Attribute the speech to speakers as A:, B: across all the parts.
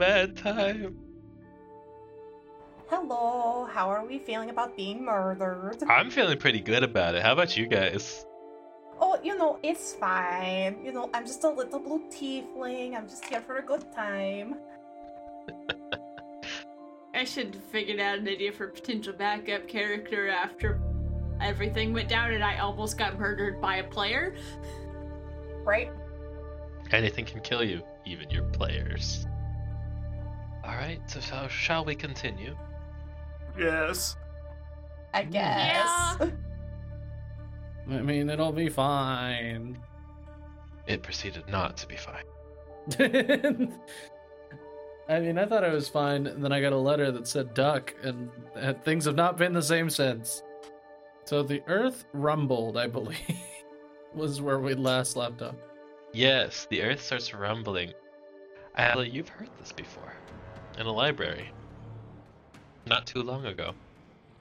A: time.
B: Hello, how are we feeling about being murdered?
A: I'm feeling pretty good about it. How about you guys?
B: Oh, you know, it's fine. You know, I'm just a little blue tiefling. I'm just here for a good time.
C: I should have figured out an idea for potential backup character after everything went down and I almost got murdered by a player.
B: Right?
A: Anything can kill you, even your players. Alright, so shall, shall we continue?
D: Yes.
B: I
A: Mm.
B: guess.
E: I mean, it'll be fine.
A: It proceeded not to be fine.
E: I mean, I thought I was fine, and then I got a letter that said duck, and uh, things have not been the same since. So the earth rumbled, I believe, was where we last left off.
A: Yes, the earth starts rumbling. Adela, you've heard this before. In a library. Not too long ago.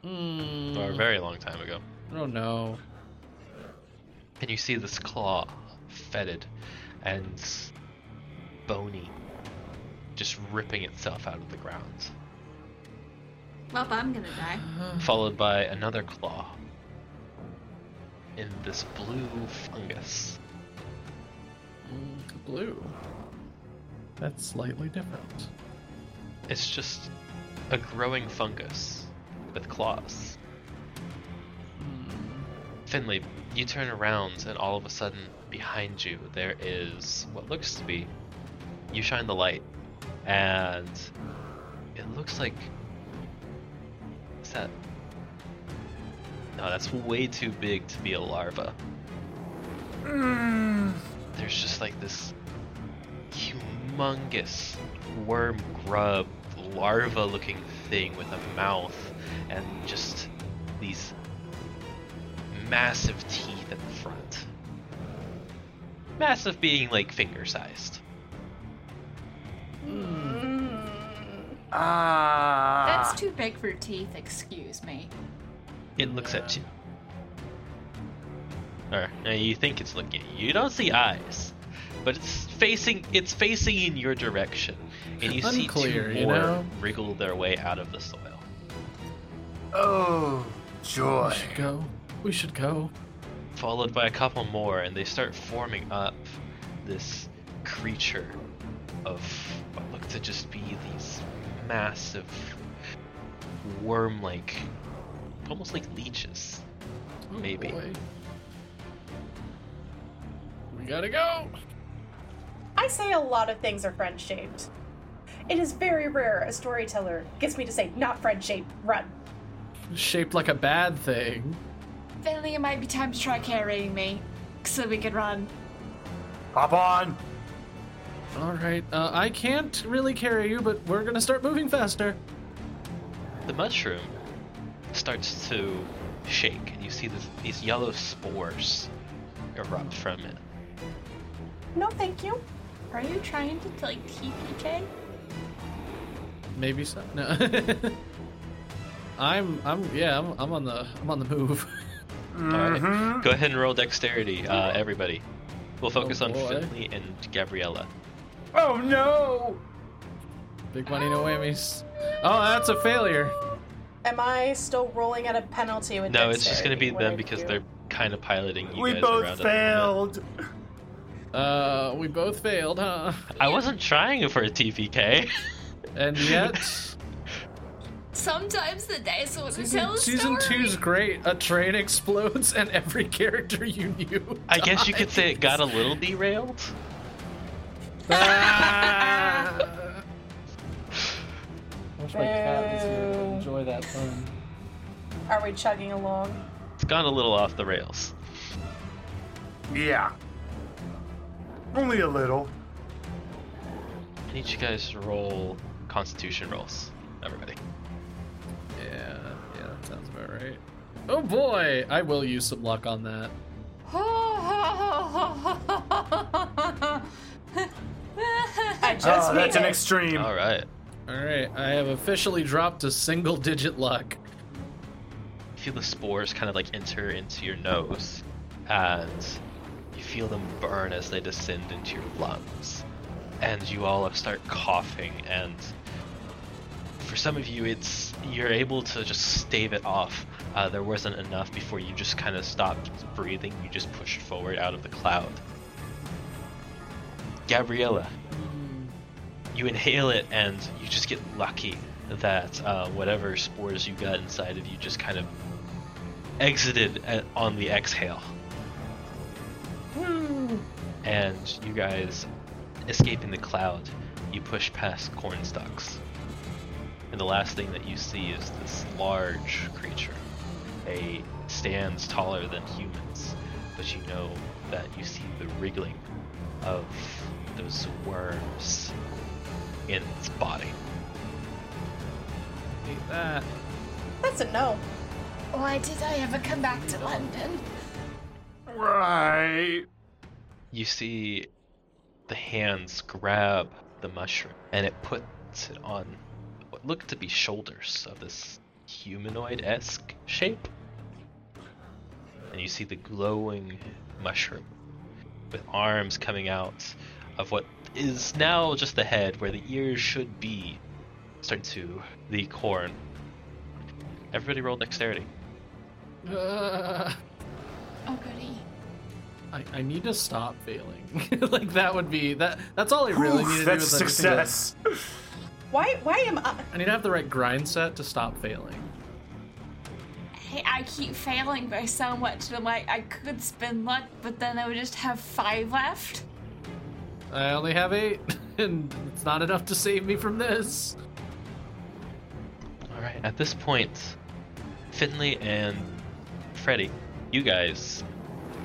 E: Mm,
A: Or a very long time ago.
E: oh no.
A: and you see this claw, fetid and bony, just ripping itself out of the ground,
C: Well, I'm gonna die.
A: followed by another claw in this blue fungus.
E: Mm, Blue. That's slightly different.
A: It's just a growing fungus with claws.
E: Hmm,
A: Finley, you turn around, and all of a sudden, behind you, there is what looks to be. You shine the light, and it looks like. Is that. No, that's way too big to be a larva. There's just like this humongous worm grub larva looking thing with a mouth and just these massive teeth at the front. Massive being like finger sized.
B: Mm.
D: Ah.
C: That's too big for teeth, excuse me.
A: It looks at you. Or uh, you think it's looking at you. You don't see eyes. But it's facing it's facing in your direction. And you
E: Unclear,
A: see two
E: you
A: more
E: know?
A: wriggle their way out of the soil.
D: Oh,
E: We
D: joy.
E: should go. We should go.
A: Followed by a couple more, and they start forming up this creature of what look to just be these massive worm like almost like leeches.
E: Oh,
A: Maybe.
E: boy. We gotta go.
B: I say a lot of things are friend shaped. It is very rare a storyteller gets me to say, not friend shaped, run.
E: Shaped like a bad thing.
C: Finley, it might be time to try carrying me so we can run.
D: Hop on.
E: All right. Uh, I can't really carry you, but we're gonna start moving faster.
A: The mushroom starts to shake, and you see this, these yellow spores erupt from it.
B: No, thank you.
C: Are you trying to like TPK?
E: Maybe so. No. I'm. I'm. Yeah. I'm, I'm on the. I'm on the move.
A: Alright,
D: Mhm.
A: Go ahead and roll dexterity, uh, everybody. We'll focus on
E: boy.
A: Finley and Gabriella.
D: Oh no.
E: Big money, no whammies. Oh, that's a failure.
B: Am I still rolling at a penalty with
A: No, it's just going to
B: dexterity
A: be
B: when I
A: them because
B: do-
A: they're kind of piloting you
D: we
A: guys around. at
D: both
A: the moment.
D: failed.
E: Uh, we both failed, huh?
A: I wasn't trying for a TPK.
E: And yet,
C: Sometimes the dice want to tell a
E: season, season
C: story.
E: two's great. A train explodes, and every character you knew.
A: I guess you could say it got a little derailed.
E: Ah! I wish
B: my cat was here to Boo. enjoy
E: that fun.
B: Are we chugging along?
A: It's gone a little off the rails.
D: Yeah. Only a little.
A: I need you guys to roll Constitution rolls, everybody.
E: Yeah, yeah, that sounds about right. Oh boy, I will use some luck on that.
B: I
C: I
B: just
D: oh,
B: made
D: that's an
B: it.
D: extreme.
A: All right.
E: All right, I have officially dropped to single digit luck.
A: You feel the spores kind of like enter into your nose, and you feel them burn as they descend into your lungs. And you all start coughing, and for some of you, it's you're able to just stave it off. Uh, there wasn't enough before you just kind of stopped breathing. You just pushed forward out of the cloud. Gabriella, you inhale it, and you just get lucky that uh, whatever spores you got inside of you just kind of exited at, on the exhale. And you guys, escaping the cloud, you push past corn stalks. And the last thing that you see is this large creature. It stands taller than humans, but you know that you see the wriggling of those worms in its body.
E: Eat that.
B: That's a no.
F: Why did I ever come back to London?
D: Right.
A: you see the hands grab the mushroom and it puts it on what look to be shoulders of this humanoid-esque shape and you see the glowing mushroom with arms coming out of what is now just the head where the ears should be start to the corn everybody roll dexterity
E: Uh,
F: Oh, goody.
E: I, I need to stop failing. like that would be that. That's all I really
D: Oof,
E: need to do.
D: that's
E: is I just need to-
D: success.
B: Why? Why am I?
E: I need to have the right grind set to stop failing.
F: Hey, I keep failing by so much. I'm like, I could spend luck, but then I would just have five left.
E: I only have eight, and it's not enough to save me from this.
A: All right. At this point, Finley and Freddy, you guys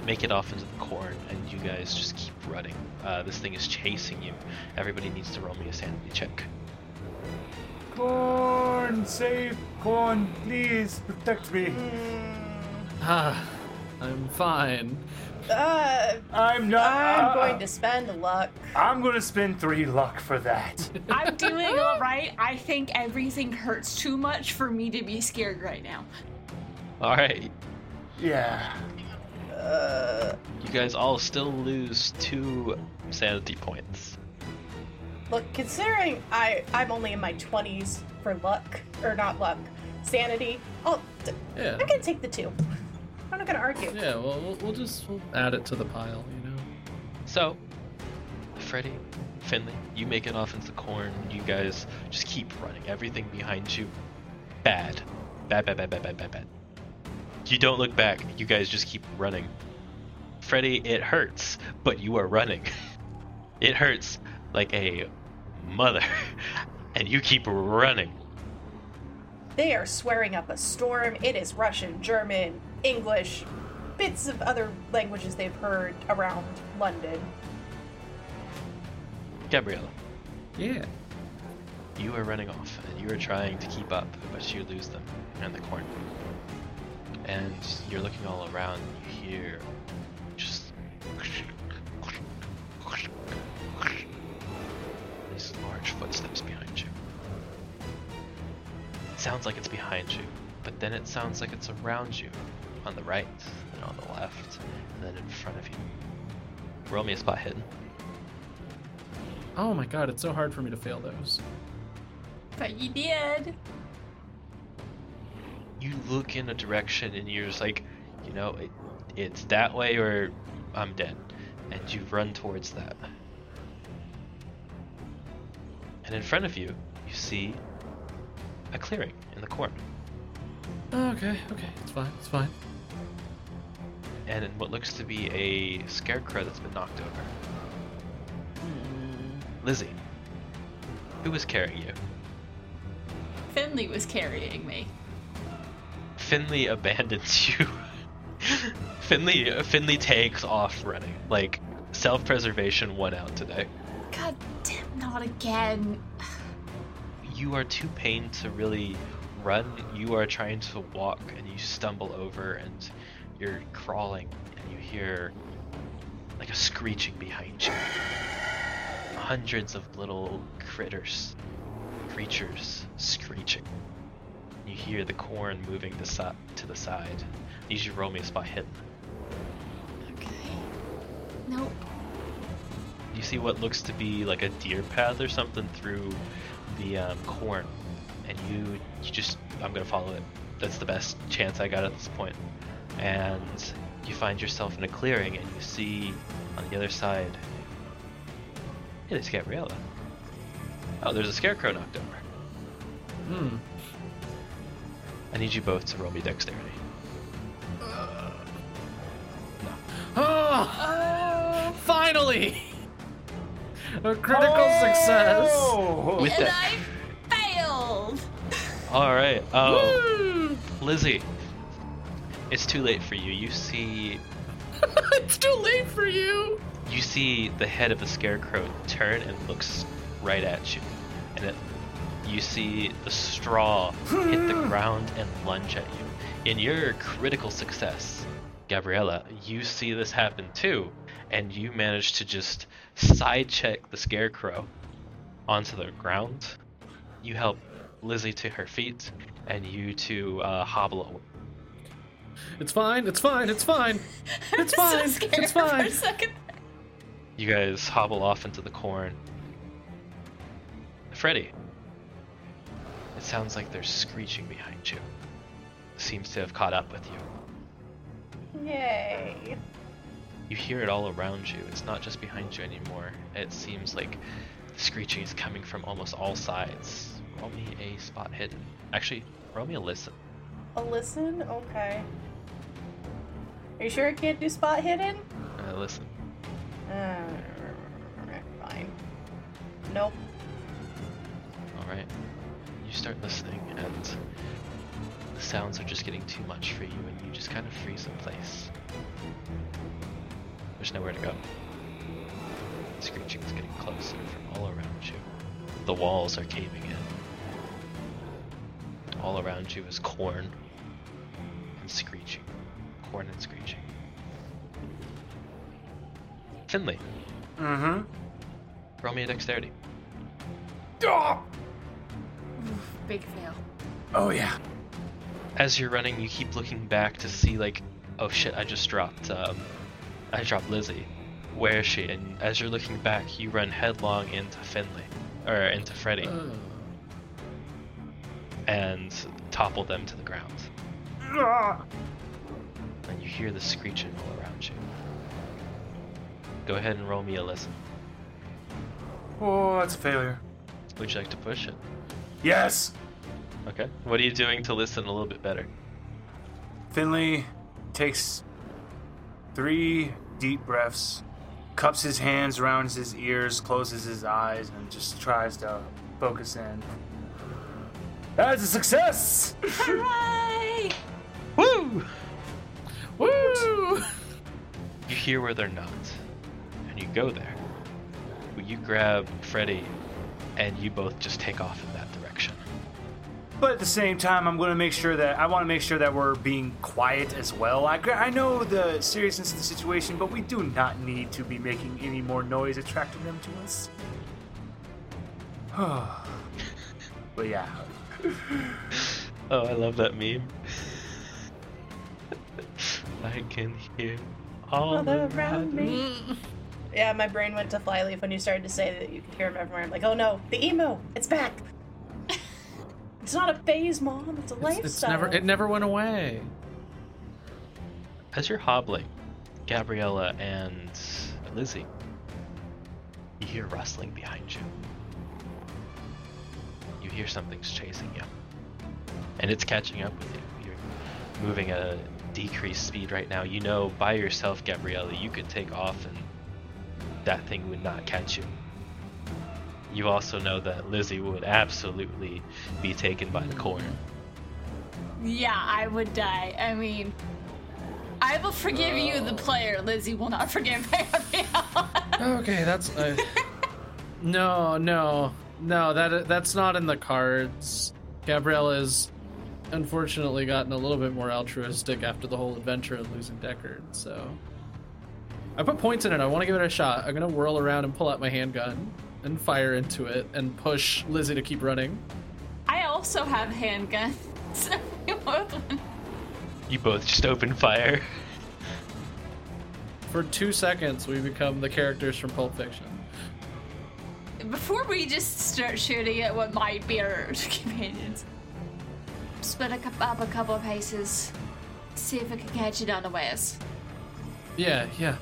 A: make it off into the corn, and you guys just keep running. Uh, this thing is chasing you. Everybody needs to roll me a sanity check.
D: Corn, save corn, please protect me.
E: Ah, I'm fine.
B: Uh,
D: I'm not.
B: I'm
D: uh,
B: going to spend luck.
D: I'm going to spend three luck for that.
F: I'm doing
C: all
F: right.
C: I think everything hurts too much for me to be scared right now.
A: All right.
D: yeah.
A: You guys all still lose two sanity points.
B: Look, considering I I'm only in my twenties for luck or not luck, sanity. I'll, t-
E: Yeah.
B: I'm gonna take the two. I'm not gonna argue.
E: Yeah. Well, we'll, we'll just we'll add it to the pile. You know.
A: So, Freddy, Finley, you make it off into the corn. You guys just keep running. Everything behind you, bad, bad, bad, bad, bad, bad, bad, bad. You don't look back. You guys just keep running. Freddy, it hurts, but you are running. It hurts like a mother, and you keep running.
B: They are swearing up a storm. It is Russian, German, English, bits of other languages they've heard around London.
A: Gabriella,
E: Yeah.
A: you are running off, and you are trying to keep up, but you lose them and the corn. And you're looking all around. You hear just these large footsteps behind you. It sounds like it's behind you, but then it sounds like it's around you, on the right and on the left, and then in front of you. Roll me a spot hidden.
E: Oh my god, it's so hard for me to fail those.
F: But you did.
A: you look in a direction and you're just like, you know, it, it's that way or I'm dead. And you run towards that. And in front of you, you see a clearing in the corn.
E: Oh, Okay. Okay. It's fine. It's fine.
A: And in what looks to be a scarecrow that's been knocked over. Lizzie, who is carrying you?
C: Finley was carrying me.
A: Finley abandons you. Finley Finley takes off running. Like self-preservation won out today.
F: God damn, not again.
A: you are too pained to really run. You are trying to walk and you stumble over and you're crawling and you hear like a screeching behind you. Hundreds of little critters, creatures screeching. You hear the corn moving to, si- to the side. You should roll me a spot hidden.
F: Okay. Nope.
A: You see what looks to be like a deer path or something through the um, corn, and you, you just I'm gonna follow it. That's the best chance I got at this point. And you find yourself in a clearing, and you see on the other side it is Gabriella. Oh, there's a scarecrow knocked over.
E: Hmm.
A: I need you both to roll me dexterity.
E: Oh,
F: Oh.
E: finally! A critical success.
D: Oh!
A: With
F: And
A: that,
F: I failed.
A: all right. Oh. Lizzie, it's too late for you. You see,
E: it's too late for you.
A: you see the head of the scarecrow turn and looks right at you, and it, you see the straw hit the ground and lunge at you. In your critical success, Gabriella, you see this happen too, and you manage to just side check the scarecrow onto the ground. You help Lizzie to her feet, and you two uh, hobble away.
E: It's fine. It's fine. It's fine. It's
F: I'm
E: fine.
F: So scared
E: it's
F: For
E: fine.
F: a second.
A: You guys hobble off into the corn. Freddy. It sounds like they're screeching behind you. Seems to have caught up with you.
B: Yay.
A: You hear it all around you. It's not just behind you anymore. It seems like the screeching is coming from almost all sides. Roll me a spot hidden. Actually, roll me a listen.
B: A listen? Okay. Are you sure it can't do spot hidden?
A: Uh, listen.
B: Uh, fine. Nope.
A: All right. You start listening, and the sounds are just getting too much for you, and you just kind of freeze in place. There's nowhere to go. Screeching's getting closer from all around you. The walls are caving in. All around you is corn and screeching. Corn and screeching. Finley,
D: Mm-hmm.
A: roll me a dexterity.
D: Oh!
F: Big fail.
D: oh yeah.
A: as you're running, you keep looking back to see like, oh shit, I just dropped, um, I dropped Lizzie. Where is she? And as you're looking back, you run headlong into Finley, or into Freddy,
E: Oh.
A: and topple them to the ground.
D: Ah!
A: And you hear the screeching all around you. Go ahead and roll me a listen.
D: Oh, that's a failure.
A: Would you like to push it?
D: Yes.
A: Okay. What are you doing to listen a little bit better?
D: Finley takes three deep breaths, cups his hands around his ears, closes his eyes, and just tries to focus in. That's a success!
F: Hooray!
A: Woo!
E: Woo!
A: You hear where they're not, and you go there. But you grab Freddy, and you both just take off in that direction.
D: But at the same time, I'm going to make sure that I want to make sure that we're being quiet as well. I, gra- I know the seriousness of the situation, but we do not need to be making any more noise attracting them to us. but yeah,
A: Oh, I love that meme. I can hear all
B: All
A: around,
B: around
A: me.
B: me. Yeah, my brain went to flyleaf when you started to say that you could hear him everywhere. I'm like, oh no, the emo, it's back. it's not a phase, mom. It's a
E: It's,
B: lifestyle.
E: it's never. It never went away.
A: As you're hobbling, Gabriella and Lizzie, you hear rustling behind you. You hear something's chasing you. And it's catching up with you. You're moving at a decreased speed right now. You know by yourself, Gabriella, you could take off and that thing would not catch you. You also know that Lizzie would absolutely be taken by the corner.
F: Yeah, I would die. I mean, I will forgive you, the player. Lizzie will not forgive Ariel.
E: Okay, that's. I... no, no, no. That that's not in the cards. Gabrielle has unfortunately gotten a little bit more altruistic after the whole adventure of losing Deckard. So I put points in it. I want to give it a shot. I'm gonna whirl around and pull out my handgun and fire into it and push Lizzie to keep running.
F: I also have handguns. So we both win.
A: You both just open fire.
E: For two seconds, we become the characters from Pulp Fiction.
F: Before we just start shooting at what might be our companions, spin a cou- up a couple of paces, see if I can catch it unawares.
E: Yeah, yeah.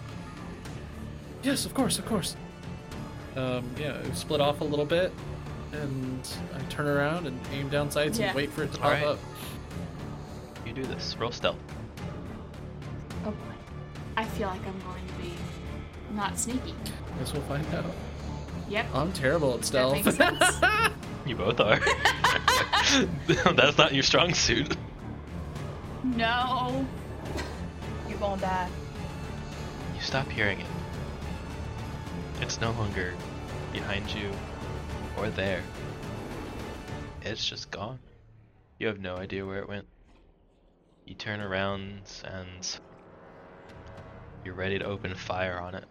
E: Yes, of course, of course. Um, yeah, I split off a little bit, and I turn around and aim down sights
C: Yeah.
E: and wait for it to pop
A: Alright.
E: up.
A: You do this. Roll stealth.
F: Oh boy. I feel like I'm going to be not sneaky.
E: Guess we'll find out.
F: Yep.
E: I'm terrible at stealth.
F: makes sense.
A: You both are. That's not your strong suit.
F: No.
B: You gonna die.
A: You stop hearing it. It's no longer behind you or there. It's just gone. You have no idea where it went. You turn around and you're ready to open fire on it.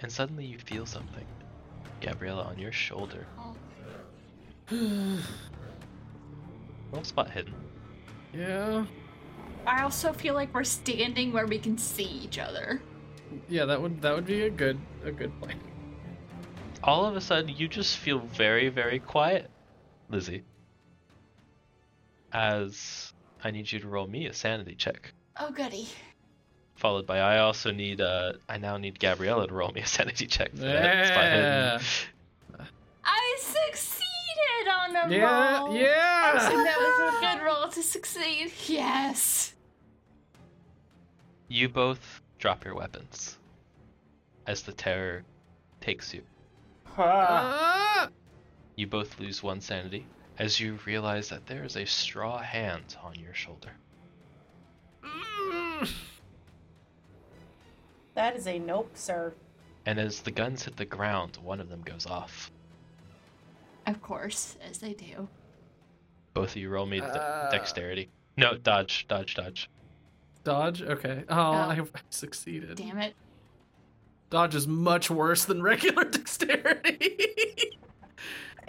A: And suddenly you feel something. Gabriella on your shoulder. Roll spot hidden.
E: yeah.
F: I also feel like we're standing where we can see each other.
E: Yeah, that would that would be a good a good plan.
A: All of a sudden, you just feel very, very quiet, Lizzie. As I need you to roll me a sanity check,
F: Oh goody.
A: followed by I also need uh I now need Gabriella to roll me a sanity check. for that spot hidden.
E: Yeah.
F: I succeeded on a
E: Yeah.
F: roll. So
E: Yeah.
F: that was a good roll to succeed. Yes.
A: You both drop your weapons as the terror takes you.
D: Ah.
E: Ah!
A: You both lose one sanity as you realize that there is a straw hand on your shoulder.
E: Mm.
B: That is a nope, sir.
A: And as the guns hit the ground, one of them goes off.
F: Of course, as they do.
A: Both of you roll me de-
E: Ah.
A: dexterity. No, dodge, dodge, dodge.
E: Dodge. Okay. Oh, I, I succeeded.
F: Damn it.
E: Dodge is much worse than regular dexterity.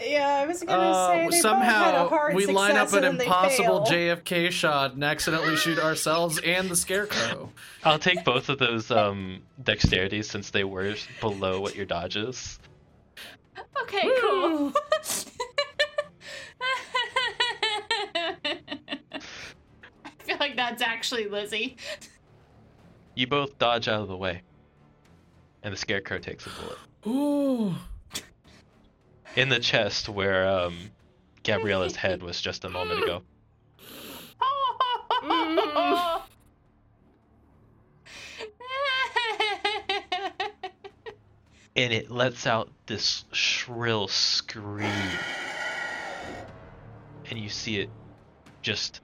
B: Yeah, I was gonna say
E: Uh,
B: they both had a
E: somehow
B: hard
E: we line up
B: success
E: an
B: and then they
E: impossible
B: fail.
E: JFK shot and accidentally shoot ourselves and the scarecrow.
A: I'll take both of those um dexterities since they were below what your dodge is.
F: Okay, cool. I feel like that's actually Lizzie.
A: You both dodge out of the way. And the scarecrow takes a bullet.
E: Ooh.
A: In the chest where um Gabriella's head was just a moment ago.
F: Mm.
A: And it lets out this shrill scream. And you see it just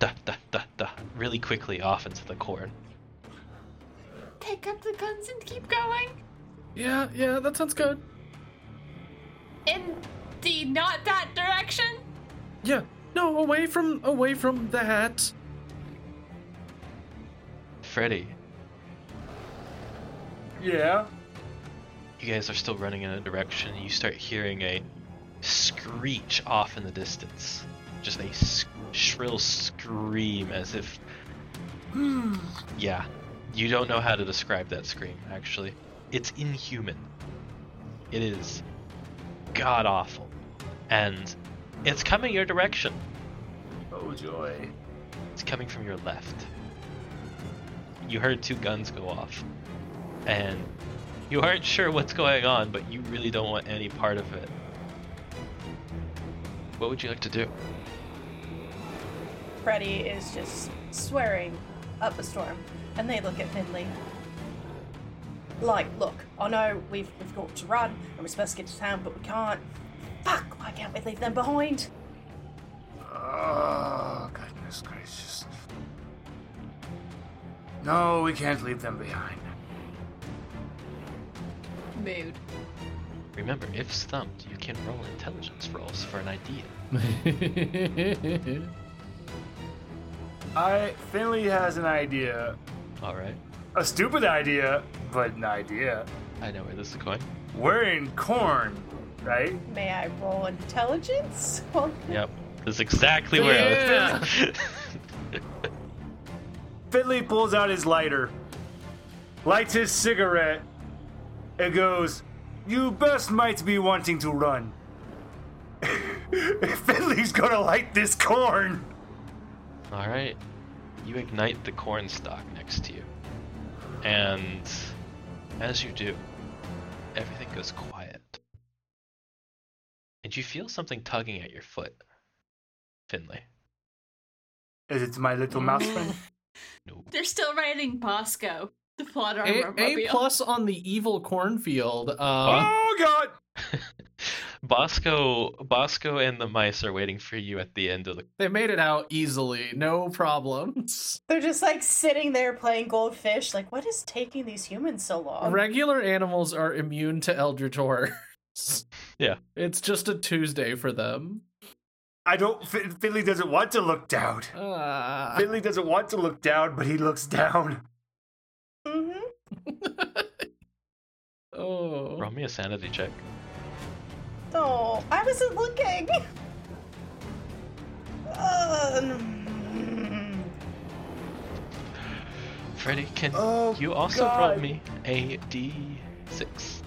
A: da da da da really quickly off into the corn.
F: Take up the guns and keep going.
E: Yeah, yeah, that sounds good.
F: In the not that direction.
E: Yeah. No, away from away from that.
A: Freddy,
D: Yeah.
A: You guys are still running in a direction, and you start hearing a screech off in the distance. Just a s- shrill scream as if. yeah. You don't know how to describe that scream, actually. It's inhuman. It is god awful. And it's coming your direction.
D: Oh joy.
A: It's coming from your left. You heard two guns go off, and you aren't sure what's going on, but you really don't want any part of it. What would you like to do?
B: Freddy is just swearing up a storm, and they look at Finley. Like, look, I know we've, we've got to run, and we're supposed to get to town, but we can't. Fuck, why can't we leave them behind?
D: Oh goodness gracious. No, we can't leave them behind.
F: Mood.
A: Remember, if stumped, you can roll intelligence rolls for an idea.
D: I Finley has an idea.
A: Alright,
D: A stupid idea, but an idea.
A: I know where this is going.
D: We're in corn, right?
B: May I roll intelligence? Well,
A: Yep, this is exactly where I was.
D: Finley pulls out his lighter, lights his cigarette, and goes, You best might be wanting to run. Finley's gonna light this corn.
A: All right. You ignite the corn stalk next to you. And as you do, everything goes quiet. And you feel something tugging at your foot, Finley.
D: Is it my little mouse friend?
C: They're still writing Bosco, the plot
E: A,
C: armor
E: a plus on the evil cornfield. Uh,
D: Oh God!
A: Bosco, Bosco, and the mice are waiting for you at the end of the.
E: They made it out easily, no problems.
B: They're just like sitting there playing goldfish. Like, what is taking these humans so long?
E: Regular animals are immune to eldritch horrors.
A: Yeah.
E: it's just a Tuesday for them.
D: I don't. Fin- Finley doesn't want to look down.
E: Ah.
D: Finley doesn't want to look down, but he looks down.
B: hmm
E: oh,
A: Roll me a sanity check.
B: Oh, I wasn't looking. Um,
A: Freddie, can
D: Oh,
A: you also roll
D: God.
A: me a d6?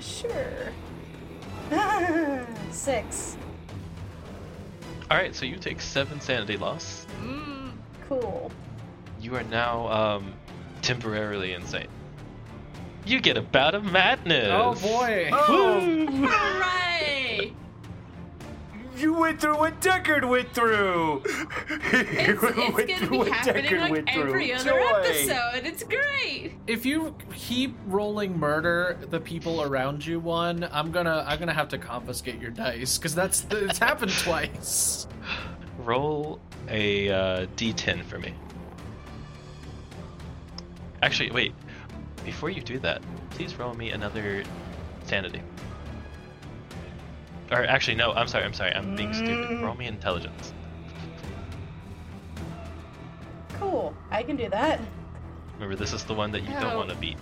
B: sure. Six.
A: All right, so you take seven sanity loss.
B: Cool.
A: You are now um, temporarily insane. You get a bout of madness.
E: oh boy.
D: Oh,
C: Hooray!
D: you went through what Deckard went through.
C: It's, it's gonna be happening like every other episode. It's great.
E: If you keep rolling murder, the people around you one, I'm gonna I'm gonna have to confiscate your dice because that's the, it's happened twice.
A: Roll a uh, d10 for me. Actually, wait. Before you do that, please roll me another sanity. Or actually, no. I'm sorry. I'm sorry. I'm being stupid. Roll me
E: Mm.
A: intelligence.
B: Cool. I can do that.
A: Remember, this is the one that you
F: Oh.
A: don't want to beat.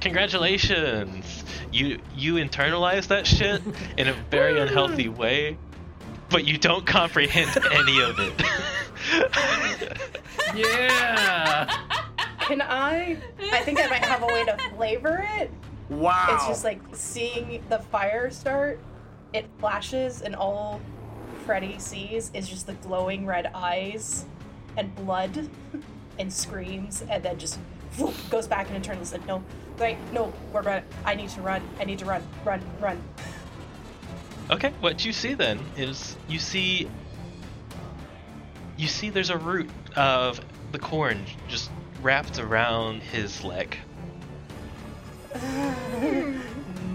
A: Congratulations! You you internalize that shit in a very unhealthy way, but you don't comprehend any of it.
E: Yeah.
B: Can I? I think I might have a way to flavor it.
D: Wow.
B: It's just like seeing the fire start, it flashes, and all Freddy sees is just the glowing red eyes and blood and screams, and then just whoop, goes back and turns and no, right, no, we're run. I need to run. I need to run, run, run.
A: okay, what you see then is you see you see there's a root of the corn just wrapped around his leg.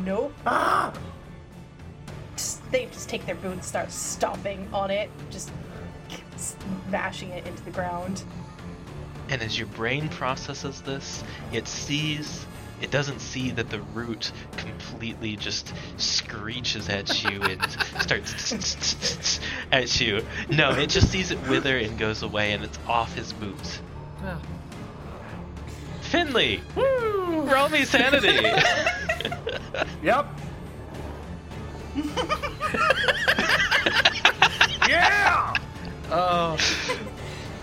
B: Nope.
D: Ah!
B: Just- they just take their boot and start stomping on it, just smashing it into the ground.
A: And as your brain processes this, it sees, it doesn't see that the root completely just screeches at you and starts at you. No, it just sees it wither and goes away, and it's off his boot.
E: Ah.
A: Finley, roll me sanity.
D: Yep. yeah!
E: Oh.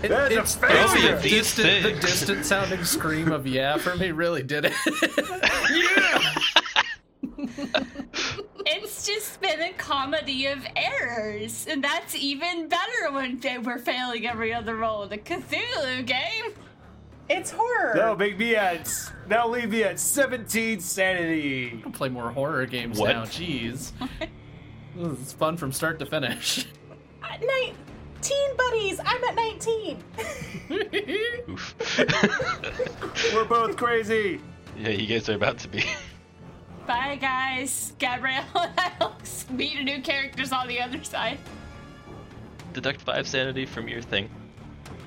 E: It-
D: That's a
E: it's
D: failure.
E: it's
A: Roll me a
E: the, distant, the
A: D6.
E: distant sounding scream of yeah for me really did it.
F: It's just been a comedy of errors, and that's even better when fa- we're failing every other roll in a Cthulhu game.
B: It's horror.
D: That'll make me at. That'll leave me at 17 sanity.
E: Play more horror games
A: What?
E: now. Jeez. This is fun from start to finish.
B: At night, teen buddies. I'm at 19.
A: Oof.
D: We're both crazy.
A: yeah, you guys are about to be.
F: Bye, guys. Gabrielle and Alex. Meet your new characters on the other side.
A: Deduct five sanity from your thing.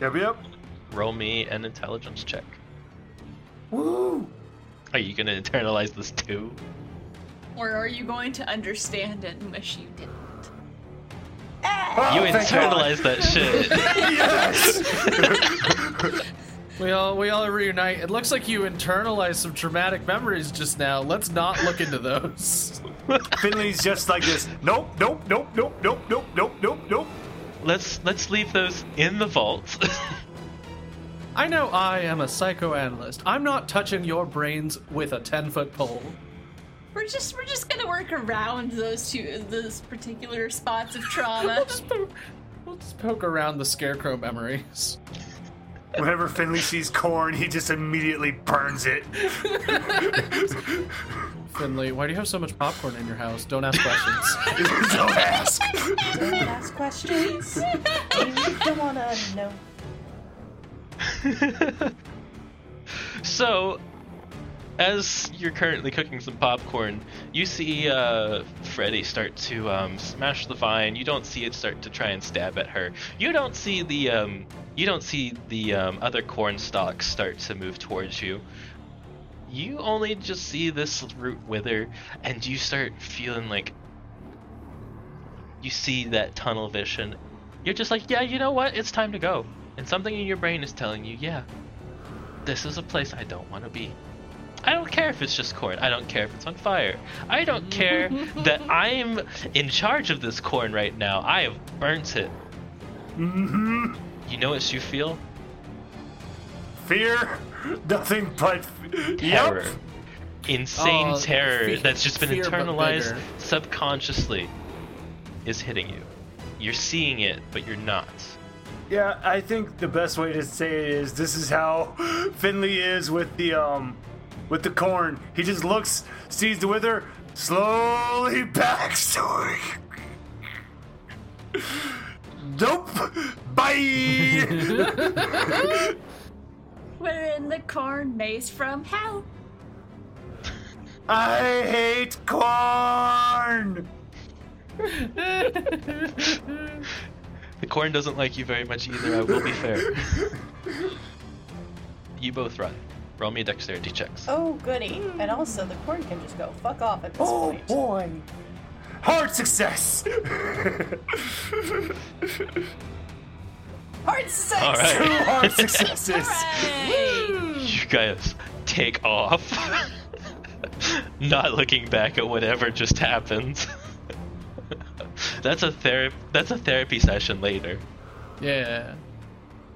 D: Yep, yep.
A: Roll me an intelligence check.
D: Woo!
A: Are you gonna internalize this too?
F: Or are you going to understand it and wish you didn't?
D: Oh,
A: You
D: thank God.
A: internalize that shit.
E: We all we all reunite. It looks like you internalized some traumatic memories just now. Let's not look into those.
D: Finley's just like this. Nope, nope, nope, nope, nope, nope, nope, nope, nope.
A: Let's let's leave those in the vault.
E: I know I am a psychoanalyst. I'm not touching your brains with a ten foot pole.
C: We're just we're just gonna work around those two those particular spots of trauma.
E: Just po- We'll just poke around the scarecrow memories.
D: Whenever Finley sees corn, he just immediately burns it.
E: Finley, why do you have so much popcorn in your house? Don't ask questions.
D: Don't ask.
B: Don't ask questions. you don't want to know.
A: So, as you're currently cooking some popcorn, you see uh, Freddy start to um, smash the vine. You don't see it start to try and stab at her. You don't see the um, you don't see the um, other corn stalks start to move towards you. You only just see this root wither, and you start feeling like you see that tunnel vision. You're just like, yeah, you know what? It's time to go. And something in your brain is telling you, yeah, this is a place I don't want to be. I don't care if it's just corn. I don't care if it's on fire. I don't care that I'm in charge of this corn right now. I have burnt it.
D: hmm
A: You know what you feel?
D: Fear, nothing but. Yep.
A: Terror. Insane
E: Oh,
A: terror
E: fe-
A: that's just been
E: fear, but
A: internalized
E: bigger.
A: subconsciously is hitting you. You're seeing it, but you're not.
D: Yeah, I think the best way to say it is this is how Finley is with the um with the corn. He just looks, sees the wither, slowly backs to it. Nope. Bye.
F: We're in the corn maze from hell.
D: I hate corn.
A: The corn doesn't like you very much either, I will be fair. you both run. Roll me dexterity checks.
B: Oh, goody. And also, the corn can just go fuck off at this
D: Oh
B: point.
D: boy. Hard success.
B: Hard sex!
A: All right.
D: Two hard successes.
A: You guys take off. Not looking back at whatever just happened. that's a therap- that's a therapy session later.
E: yeah.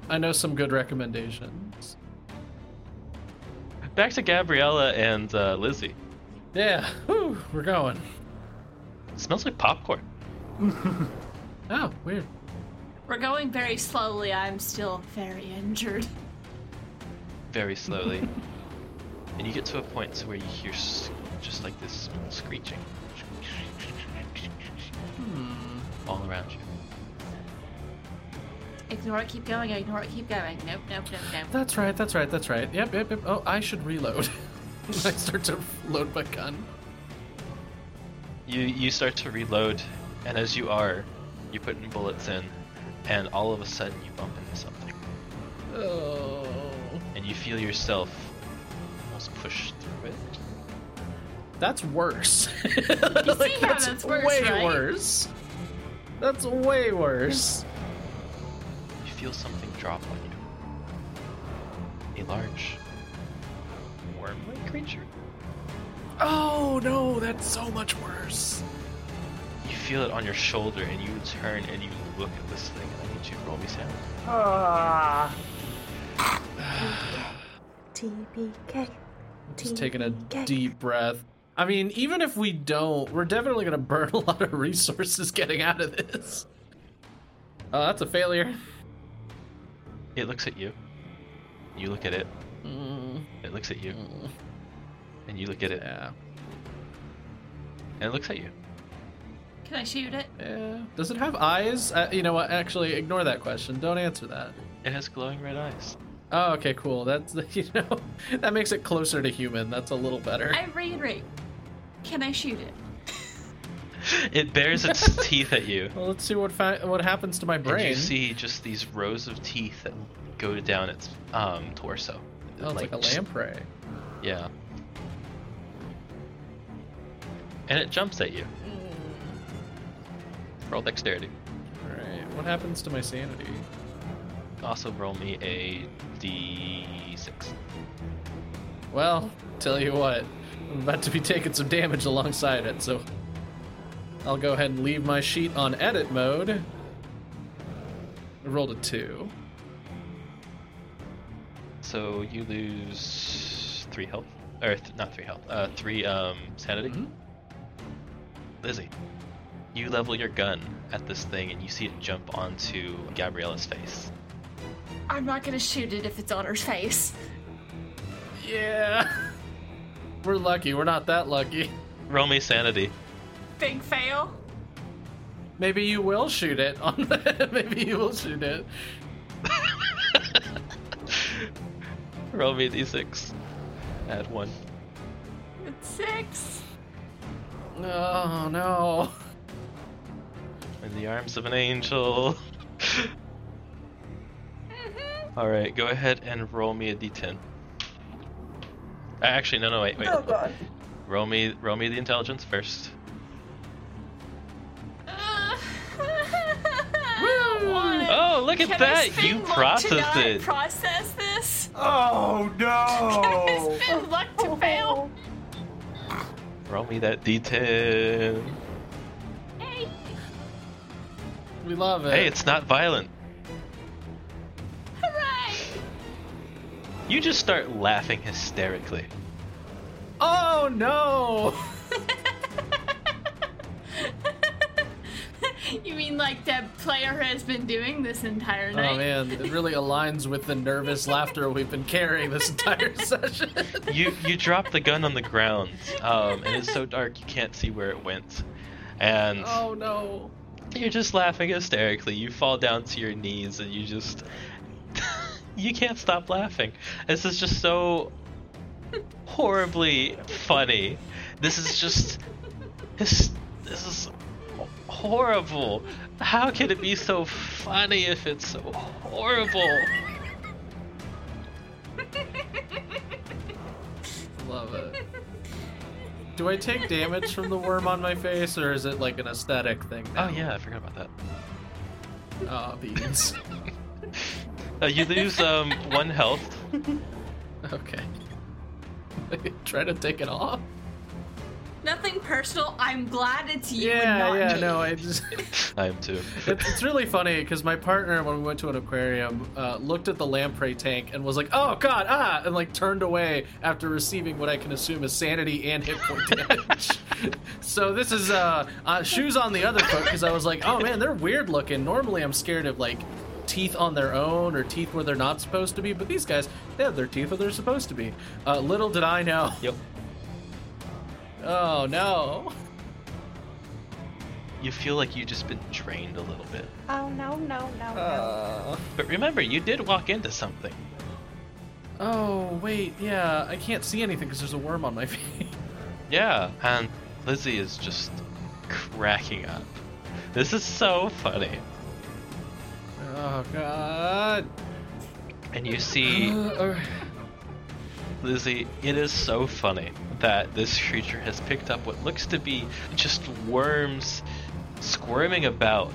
E: I know some good recommendations.
A: Back to Gabriella and uh, Lizzie.
E: Yeah, whew, we're going.
A: It smells like popcorn.
E: Oh, weird.
C: We're going very slowly. I'm still very injured.
A: Very slowly. and you get to a point to where you hear s- just like this screeching. All around you.
F: Ignore it, keep going, ignore it, keep going. Nope, nope, nope, nope.
E: That's right, that's right, that's right. Yep, yep, yep. Oh, I should reload. I start to load my gun.
A: You you start to reload, and as you are, you're putting bullets in, and all of a sudden you bump into something,
E: Oh.
A: and you feel yourself almost pushed through it.
E: That's worse.
F: see how that's worse,
E: way
F: right?
E: worse. That's way worse.
A: You feel something drop on you. A large, worm-like creature.
E: Oh no, that's so much worse.
A: You feel it on your shoulder, and you turn and you look at this thing, and I need you to roll me sound.
D: Ah.
G: TPK.
E: Just taking a deep breath. I mean, even if we don't, we're definitely gonna burn a lot of resources getting out of this. Oh, that's a failure.
A: It looks at you. You look at it.
E: Mm,
A: It looks at you. And you look at it.
E: yeah.
A: And it looks at you.
C: Can I shoot it?
E: Yeah. Does it have eyes? Uh, you know what? Actually, ignore that question. Don't answer that.
A: It has glowing red eyes.
E: Oh, okay, cool. That's you know that makes it closer to human. That's a little better.
C: I reiterate. Can I shoot it?
A: It bares its teeth at you.
E: Well, let's see what fa- what happens to my
A: And
E: brain.
A: you see just these rows of teeth that go down its um, torso.
E: oh, it's like, a
A: just-
E: lamprey.
A: Yeah. And it jumps at you.
E: Hmm.
A: Roll dexterity.
E: All right. What happens to my sanity?
A: Also, roll me a d6.
E: Well, tell you what, I'm about to be taking some damage alongside it, so I'll go ahead and leave my sheet on edit mode. I rolled a two.
A: So you lose three health. or th- not three health, uh, three um sanity.
E: Mhm.
A: Lizzie, you level your gun at this thing and you see it jump onto Gabriella's face.
F: I'm not gonna shoot it if it's on her face.
E: Yeah. We're lucky. We're not that lucky.
A: Roll me sanity.
F: Big fail.
E: Maybe you will shoot it on the. Maybe you will shoot it.
A: Roll me a d6. Add one.
C: It's six.
E: Oh no.
A: In the arms of an angel. All right, go ahead and roll me a d10. Uh, Actually, no, no, wait, wait.
B: Oh god.
A: Roll me, roll me the intelligence first. Oh, look at
F: Can I
A: that!
F: spend
A: You
F: luck
A: processed
F: to not
A: it.
F: Process this.
D: Oh
E: Oh.
D: no!
F: It's been luck to fail.
A: roll me that d10.
F: Hey.
E: We love it.
A: Hey, it's not violent.
F: Hooray!
A: You just start laughing hysterically.
E: Oh no.
C: You mean like that player has been doing this entire night?
E: Oh man, it really aligns with the nervous laughter we've been carrying this entire session.
A: You you drop the gun on the ground, um, and it's so dark you can't see where it went. And
E: Oh no.
A: You're just laughing hysterically. You fall down to your knees and you just. you can't stop laughing. This is just so horribly funny. This is just. This, this is horrible. How can it be so funny if it's so horrible?
E: Love it. Do I take damage from the worm on my face, or is it like an aesthetic thing?
A: Oh,
E: Now?
A: yeah, I forgot about that.
E: Oh, beans.
A: Uh, you lose um, one health.
E: okay. Try to take it off.
C: Nothing personal. I'm glad it's you and
E: yeah,
C: not
E: yeah,
C: me.
E: no, I just.
A: I am too.
E: It's, it's really funny because my partner, when we went to an aquarium, uh, looked at the lamprey tank and was like, "Oh God, ah!" and like turned away after receiving what I can assume is sanity and hit point damage. so this is uh, uh, shoes on the other foot because I was like, "Oh man, they're weird looking." Normally, I'm scared of like teeth on their own or teeth where they're not supposed to be, but these guys, they have their teeth where they're supposed to be. Uh, little did I know.
A: Yep.
E: Oh no.
A: You feel like you've just been drained a little bit.
B: Oh no no no no.
E: Uh,
A: But remember, you did walk into something.
E: Oh wait, yeah, I can't see anything because there's a worm on my face.
A: Yeah, and Lizzie is just cracking up. This is so funny.
E: Oh god.
A: And you see, Lizzie, it is so funny that this creature has picked up what looks to be just worms squirming about,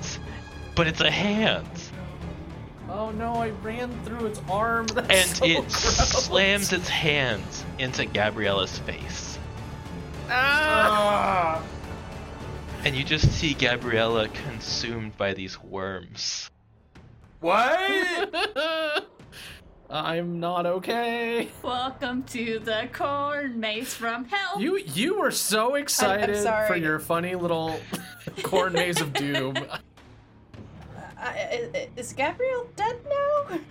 A: but it's a hand.
E: oh no, I ran through its arm. That's
A: And
E: so
A: it
E: gross.
A: slams its hand into Gabriella's face.
D: Ah!
A: And you just see Gabriella consumed by these worms.
D: What?
E: Uh, I'm not okay.
C: Welcome to the corn maze from hell.
E: You you were so excited for
B: sorry.
E: your funny little corn maze of doom.
B: Uh, I- I- is Gabriel dead now?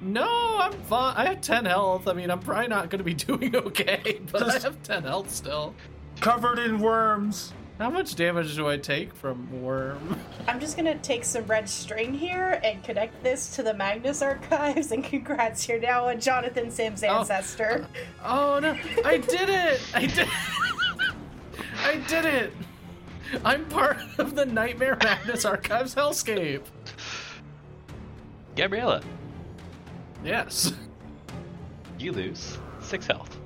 E: No, I'm fine. I have 10 health. I mean, I'm probably not going to be doing okay, but
D: Just-
E: I have 10 health still.
D: Covered in worms.
E: How much damage do I take from worm?
B: I'm just gonna take some red string here and connect this to the Magnus archives. And congrats, you're now a Jonathan Sims ancestor.
E: Oh no! I did it! I did. I did it! I'm part of the Nightmare Madness Archives Hellscape.
A: Gabriella,
E: Yes.
A: you lose six health.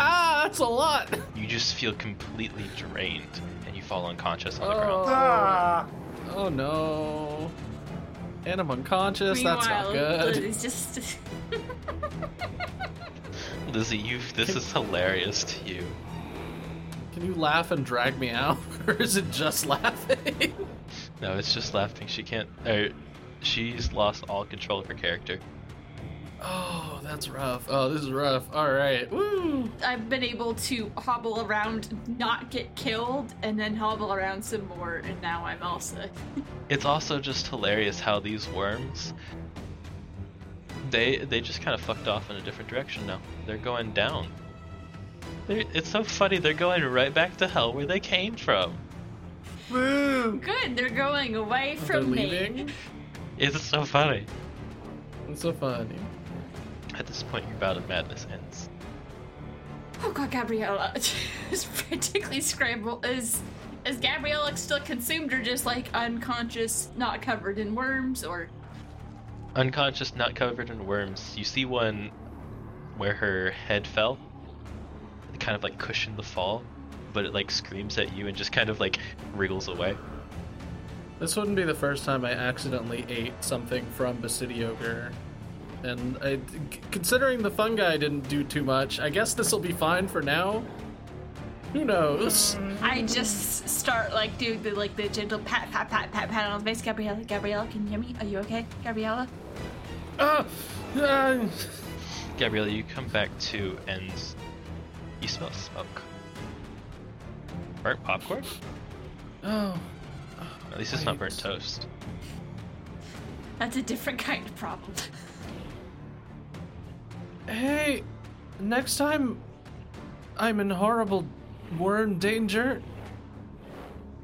E: Ah, that's a lot.
A: You just feel completely drained and you fall unconscious on the ground.
E: Oh,
D: Ah!
E: oh no. And I'm unconscious.
C: Meanwhile,
E: That's not good.
C: Lily's just
A: Lizzie, you this is hilarious to you.
E: Can you laugh and drag me out, or is it just laughing?
A: er, No, it's just laughing. She can't or she's lost all control of her character.
E: Oh, that's rough. Oh, this is rough. All right. Woo!
C: I've been able to hobble around, not get killed, and then hobble around some more, and now I'm Elsa.
A: It's also just hilarious how these worms they they just kind of fucked off in a different direction now. They're going down. They're, it's so funny. They're going right back to hell where they came from.
D: Woo!
C: Good, they're going away from
E: They're
C: me.
E: leaving.
A: It's so funny.
E: It's so funny.
A: At this point, your bout of madness ends.
C: Oh god, Gabriella is frantically scrambled. Is is Gabriella still consumed or just like unconscious, not covered in worms, or
A: Unconscious, not covered in worms. You see one where her head fell. It kind of like cushioned the fall, but it like screams at you and just kind of like wriggles away.
E: This wouldn't be the first time I accidentally ate something from Basidiogre. And I, c- considering the fungi didn't do too much, I guess this will be fine for now. Who knows?
C: I just start like doing the like the gentle pat pat pat pat pat on the face. Gabriella, Gabriella, can you hear me? Are you okay, Gabriella?
E: Ah, ah.
A: Gabriella, you come back to and you smell smoke. Burnt popcorn?
E: Oh,
A: At least it's not burnt
E: Right.
A: toast.
C: That's a different kind of problem.
E: hey, next time I'm in horrible worm danger,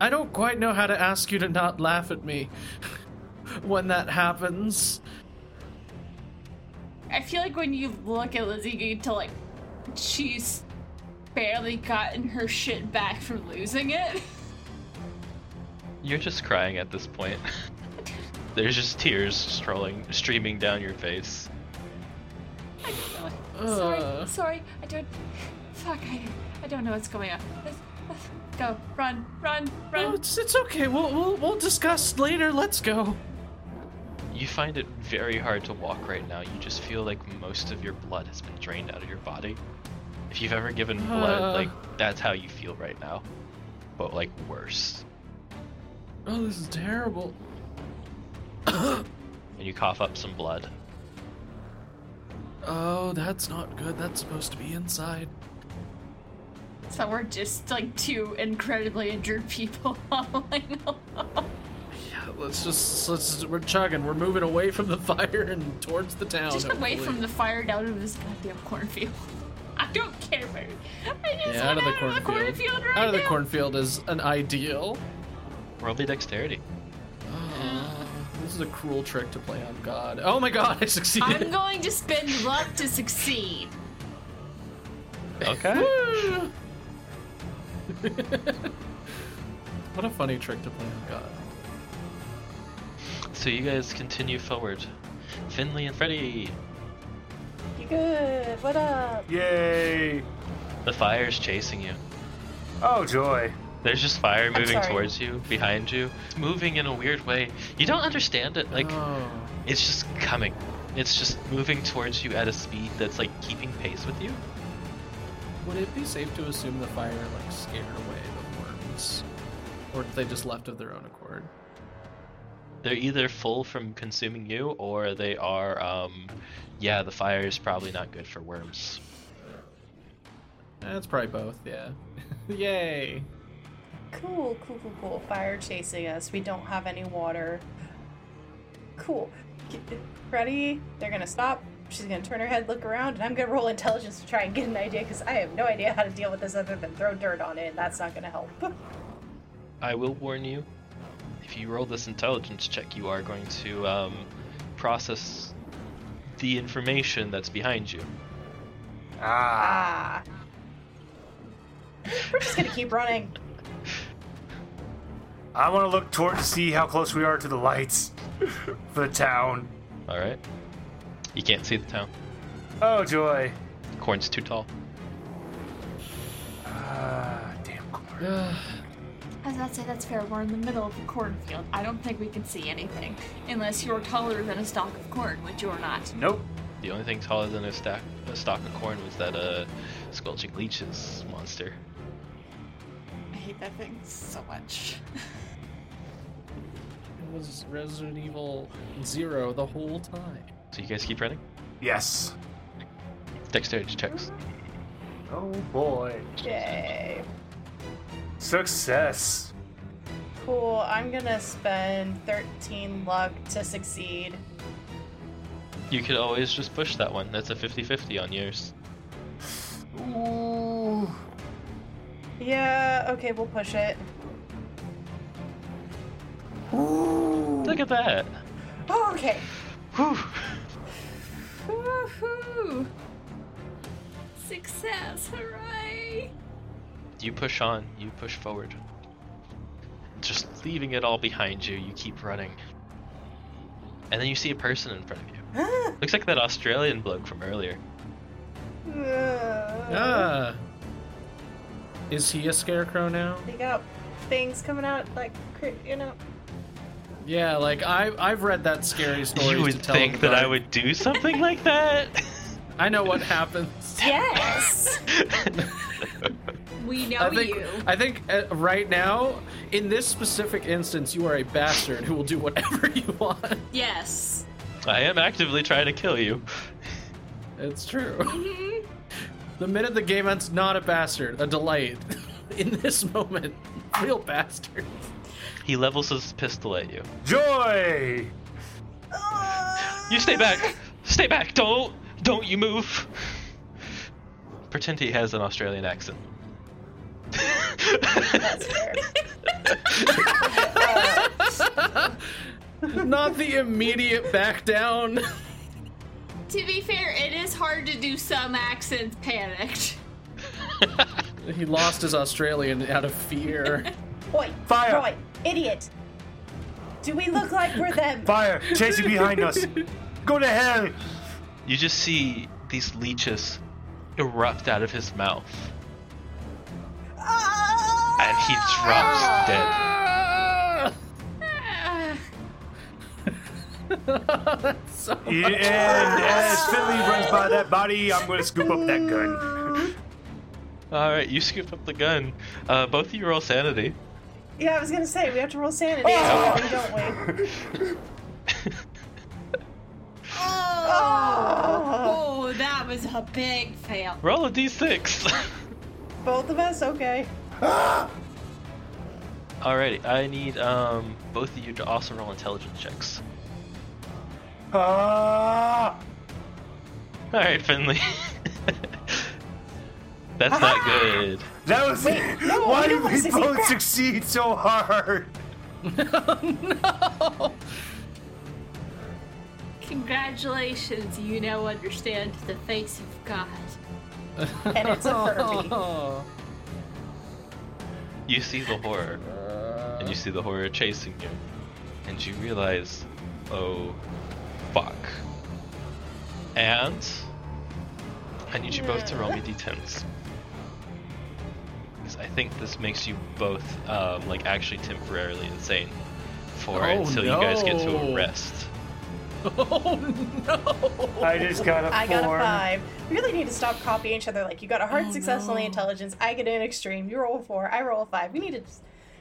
E: I don't quite know how to ask you to not laugh at me when that happens.
C: I feel like when you look at Lizzie, you can tell like she's barely gotten her shit back from losing it.
A: You're just crying at this point. There's just tears strolling, streaming down your face.
E: Uh.
C: sorry, sorry, I don't. Fuck, I, I don't know what's going on. Let's, let's go, run, run,
E: No,
C: run.
E: it's, it's okay. We'll, we'll we'll discuss later. Let's go.
A: You find it very hard to walk right now. You just feel like most of your blood has been drained out of your body. If you've ever given
E: Uh.
A: blood, like that's how you feel right now, but like worse.
E: Oh, this is terrible.
A: And you cough up some blood.
E: Oh, that's not good. That's supposed to be inside.
C: So we're just like two incredibly injured people hobbling
E: Oh,
C: along.
E: Yeah, let's just let's just- we're chugging. We're moving away from the fire and towards the town.
C: Just away
E: hopefully.
C: from the fire down in this goddamn cornfield. I don't care where. I just
E: Yeah, out
C: want
E: of the
C: out of the
E: cornfield.
C: cornfield right
E: out of the
C: now.
E: cornfield is an ideal.
A: Roll me dexterity.
E: Oh, this is a cruel trick to play on God. Oh my God, I succeeded.
C: I'm going to spend luck to succeed.
A: Okay.
E: Woo! what a funny trick to play on God.
A: So you guys continue forward. Finley and Freddy,
B: You good? What up?
D: Yay!
A: the fire's chasing you.
D: Oh joy!
A: There's just fire moving
B: sorry.
A: towards you, behind you. It's moving in a weird way. You don't understand it. Like
E: Oh.
A: it's just coming. It's just moving towards you at a speed that's like keeping pace with you.
E: Would it be safe to assume the fire like scared away the worms, or did they just left of their own accord?
A: They're either full from consuming you, or they are. Um, yeah, the fire is probably not good for worms.
E: That's Eh, probably both. Yeah. Yay.
B: Cool, cool, cool, cool. Fire chasing us. We don't have any water. Cool. Get- Ready? They're gonna stop. She's gonna turn her head, look around, and I'm gonna roll intelligence to try and get an idea because I have no idea how to deal with this other than throw dirt on it, and that's not gonna help.
A: I will warn you, if you roll this intelligence check, you are going to um, process the information that's behind you.
D: Ah!
B: Ah. We're just gonna keep running.
D: I want to look toward to see how close we are to the lights for the town.
A: All right. You can't see the town.
D: Oh joy!
A: Corn's too tall.
D: Ah, damn corn.
E: Ugh.
C: As I said, that's fair. We're in the middle of the cornfield. I don't think we can see anything. Unless you're taller than a stalk of corn, which you're not.
D: Nope.
A: The only thing taller than a stack, a stalk of corn was that uh, squelching leeches monster.
C: I hate that thing so much.
E: It was Resident Evil Zero the whole time.
A: So you guys keep running.
D: Yes.
A: Dexterity checks.
D: Oh boy.
B: Yay.
D: Success.
B: Cool. I'm gonna spend 13 luck to succeed.
A: You could always just push that one. That's a 50-50 on yours.
D: Ooh.
B: Yeah, okay, we'll push it.
A: Look at that.
B: Oh, okay.
A: Whew.
C: Woohoo! Success! Hooray!
A: You push on. You push forward. Just leaving it all behind you. You keep running. And then you see a person in front of you. Looks like that Australian bloke from earlier.
B: yeah.
E: Ah. Is he a scarecrow now?
B: They got things coming out like, cr- you know.
E: Yeah, like I I've read that scary story.
A: you would think that I would do something like that.
E: I know what happens.
C: Yes! we know
E: I think
C: you.
E: I think uh, right now, in this specific instance, you are a bastard who will do whatever you want.
C: Yes.
A: I am actively trying to kill you.
E: It's true. The minute the game ends, not a bastard, a delight. In this moment, real bastard.
A: He levels his pistol at you.
D: Joy.
A: You stay back. Stay back. Don't. Don't you move. Pretend he has an Australian accent.
B: That's fair.
E: Not the immediate back down.
C: To be fair, it is hard to do some accents panicked.
E: He lost his Australian out of fear.
B: Oi,
D: Fire.
B: Roy, idiot. Do we look like we're them?
D: Fire. Chasing behind us. Go to hell.
A: you just see these leeches erupt out of his mouth, and he drops dead.
E: So-
D: Yeah, and as Finley runs by that body, I'm gonna scoop up that gun.
A: All right, you scoop up the gun. Uh, both of you roll sanity.
B: Yeah, I was gonna say, we have to roll sanity.
D: Oh.
B: Or don't we? Oh.
C: Oh, that was a big fail.
A: roll a d6.
B: Both of us? Okay.
A: Alrighty, I need um both of you to also roll intelligence checks.
D: Ah!
A: All right, Finley. That's not
E: Ah!
A: good.
D: That was.
B: no,
D: why
B: we
D: did
B: don't wanna
D: we
B: succeed.
D: both succeed so hard?
E: no.
C: Congratulations, you now understand the face of God.
B: And it's a Furby.
E: Oh.
A: You see the horror, and you see the horror chasing you, and you realize, oh, fuck. And I need you both to roll me d10s. Because I think this makes you both um, like actually temporarily insane for
E: Oh,
A: until you guys get to a
E: no.
A: rest.
E: Oh no.
D: I just got a four.
B: I got a five. We really need to stop copying each other. Like, you got a hard success on the intelligence. I get an extreme. You roll a four. I roll a five. We need to,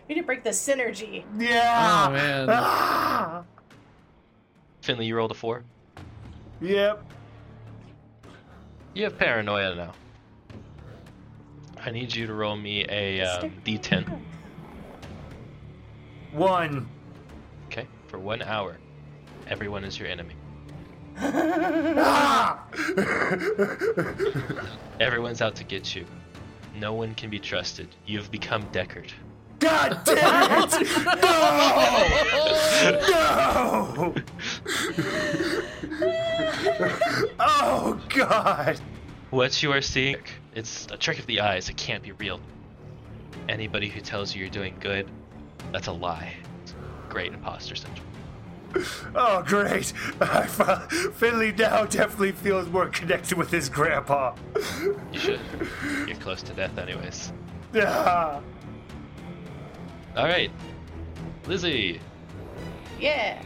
B: we need to break the synergy.
D: Yeah.
E: Oh, man.
D: Ah!
A: Finley, you rolled a four.
D: Yep.
A: You have paranoia now. I need you to roll me a um, d10,
D: One.
A: okay? For one hour. Everyone is your enemy.
D: Ah!
A: Everyone's out to get you. No one can be trusted. You have become Deckard.
D: God damn it! No! No! oh God!
A: What you are seeing, it's a trick of the eyes. It can't be real. Anybody who tells you you're doing good, that's a lie. It's great imposter syndrome.
D: Oh great! I fe- Finley now definitely feels more connected with his grandpa.
A: You should. You're close to death, anyways.
D: Ah.
A: All right, Lizzie
B: Yeah.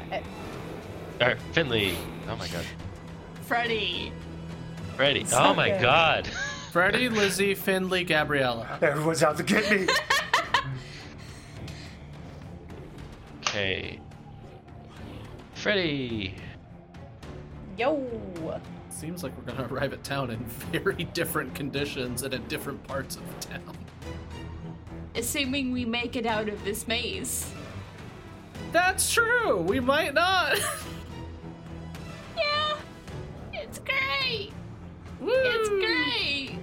A: or Finley. Oh my God,
C: Freddy.
A: Freddy. Oh my
B: good.
A: God.
E: Freddie, Lizzie, Findley, Gabriella.
D: Everyone's out to get me.
A: Okay. Freddy,
B: Yo.
E: seems like we're gonna arrive at town in very different conditions and at different parts of town.
C: Assuming we make it out of this maze.
E: That's true. We might not.
C: Yeah! It's great!
E: Woo!
C: It's great!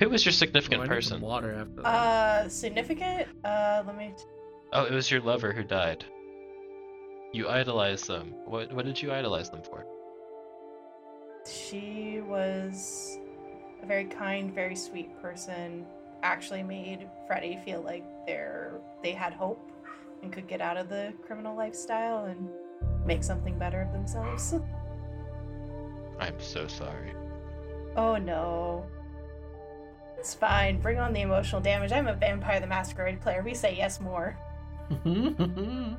A: Who was your
E: Oh, I
A: significant
E: need some
A: person?
E: Water after that.
B: Uh, significant? Uh, let me.
A: Oh, it was your lover who died. You idolized them. What what did you idolize them for?
B: She was a very kind, very sweet person. Actually, made Freddy feel like they're they had hope and could get out of the criminal lifestyle and make something better of themselves.
A: I'm so sorry.
B: Oh no. It's fine. Bring on the emotional damage. I'm a Vampire the Masquerade player. We say yes more.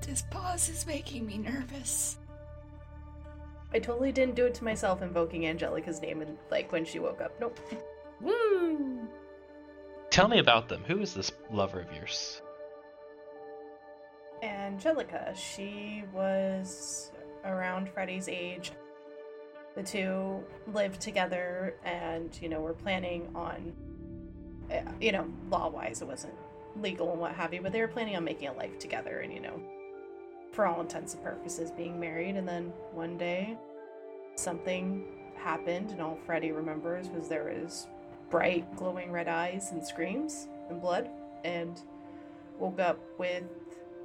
F: This pause is making me nervous.
B: I totally didn't do it to myself invoking Angelica's name and like when she woke up. Nope.
E: Woo!
A: Tell me about them. Who is this lover of yours?
B: Angelica, she was around Freddy's age. The two lived together and, you know, were planning on, uh, you know, law wise, it wasn't legal and what have you, but they were planning on making a life together and, you know, for all intents and purposes, being married. And then one day, something happened, and all Freddy remembers was there was bright, glowing red eyes and screams and blood, and woke up with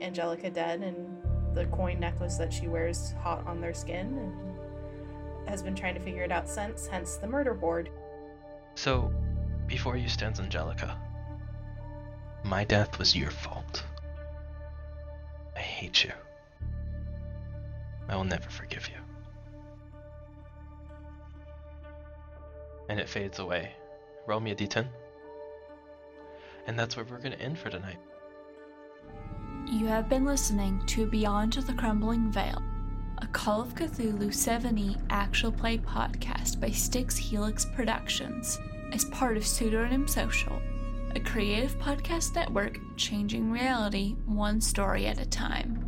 B: Angelica dead and the coin necklace that she wears hot on their skin and has been trying to figure it out since, hence the murder board.
A: So, before you stands Angelica, my death was your fault. I hate you. I will never forgive you. And it fades away. Roll me a d10. And that's where we're gonna end for tonight.
F: You have been listening to Beyond the Crumbling Veil, a Call of Cthulhu 70 actual play podcast by Styx Helix Productions as part of Pseudonym Social, a creative podcast network changing reality one story at a time.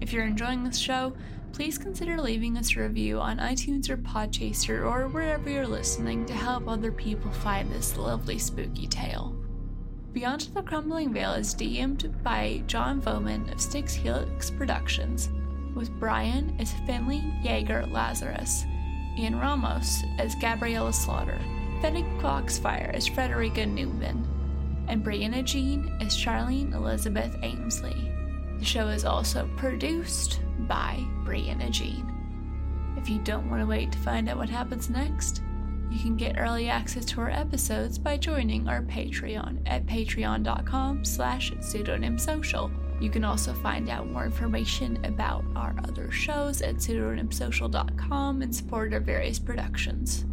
F: If you're enjoying this show, please consider leaving us a review on iTunes or Podchaser or wherever you're listening to help other people find this lovely spooky tale. Beyond the Crumbling Veil is DM'd by John Foman of Styx Helix Productions, with Brian as Finley Jaeger Lazarus, Ian Ramos as Gabriella Slaughter, Fennec Foxfire as Frederica Newman, and Brianna Jean as Charlene Elizabeth Amesley. The show is also produced by Brianna Jean. If you don't want to wait to find out what happens next, you can get early access to our episodes by joining our Patreon at patreon.com slash pseudonymsocial. You can also find out more information about our other shows at pseudonymsocial.com and support our various productions.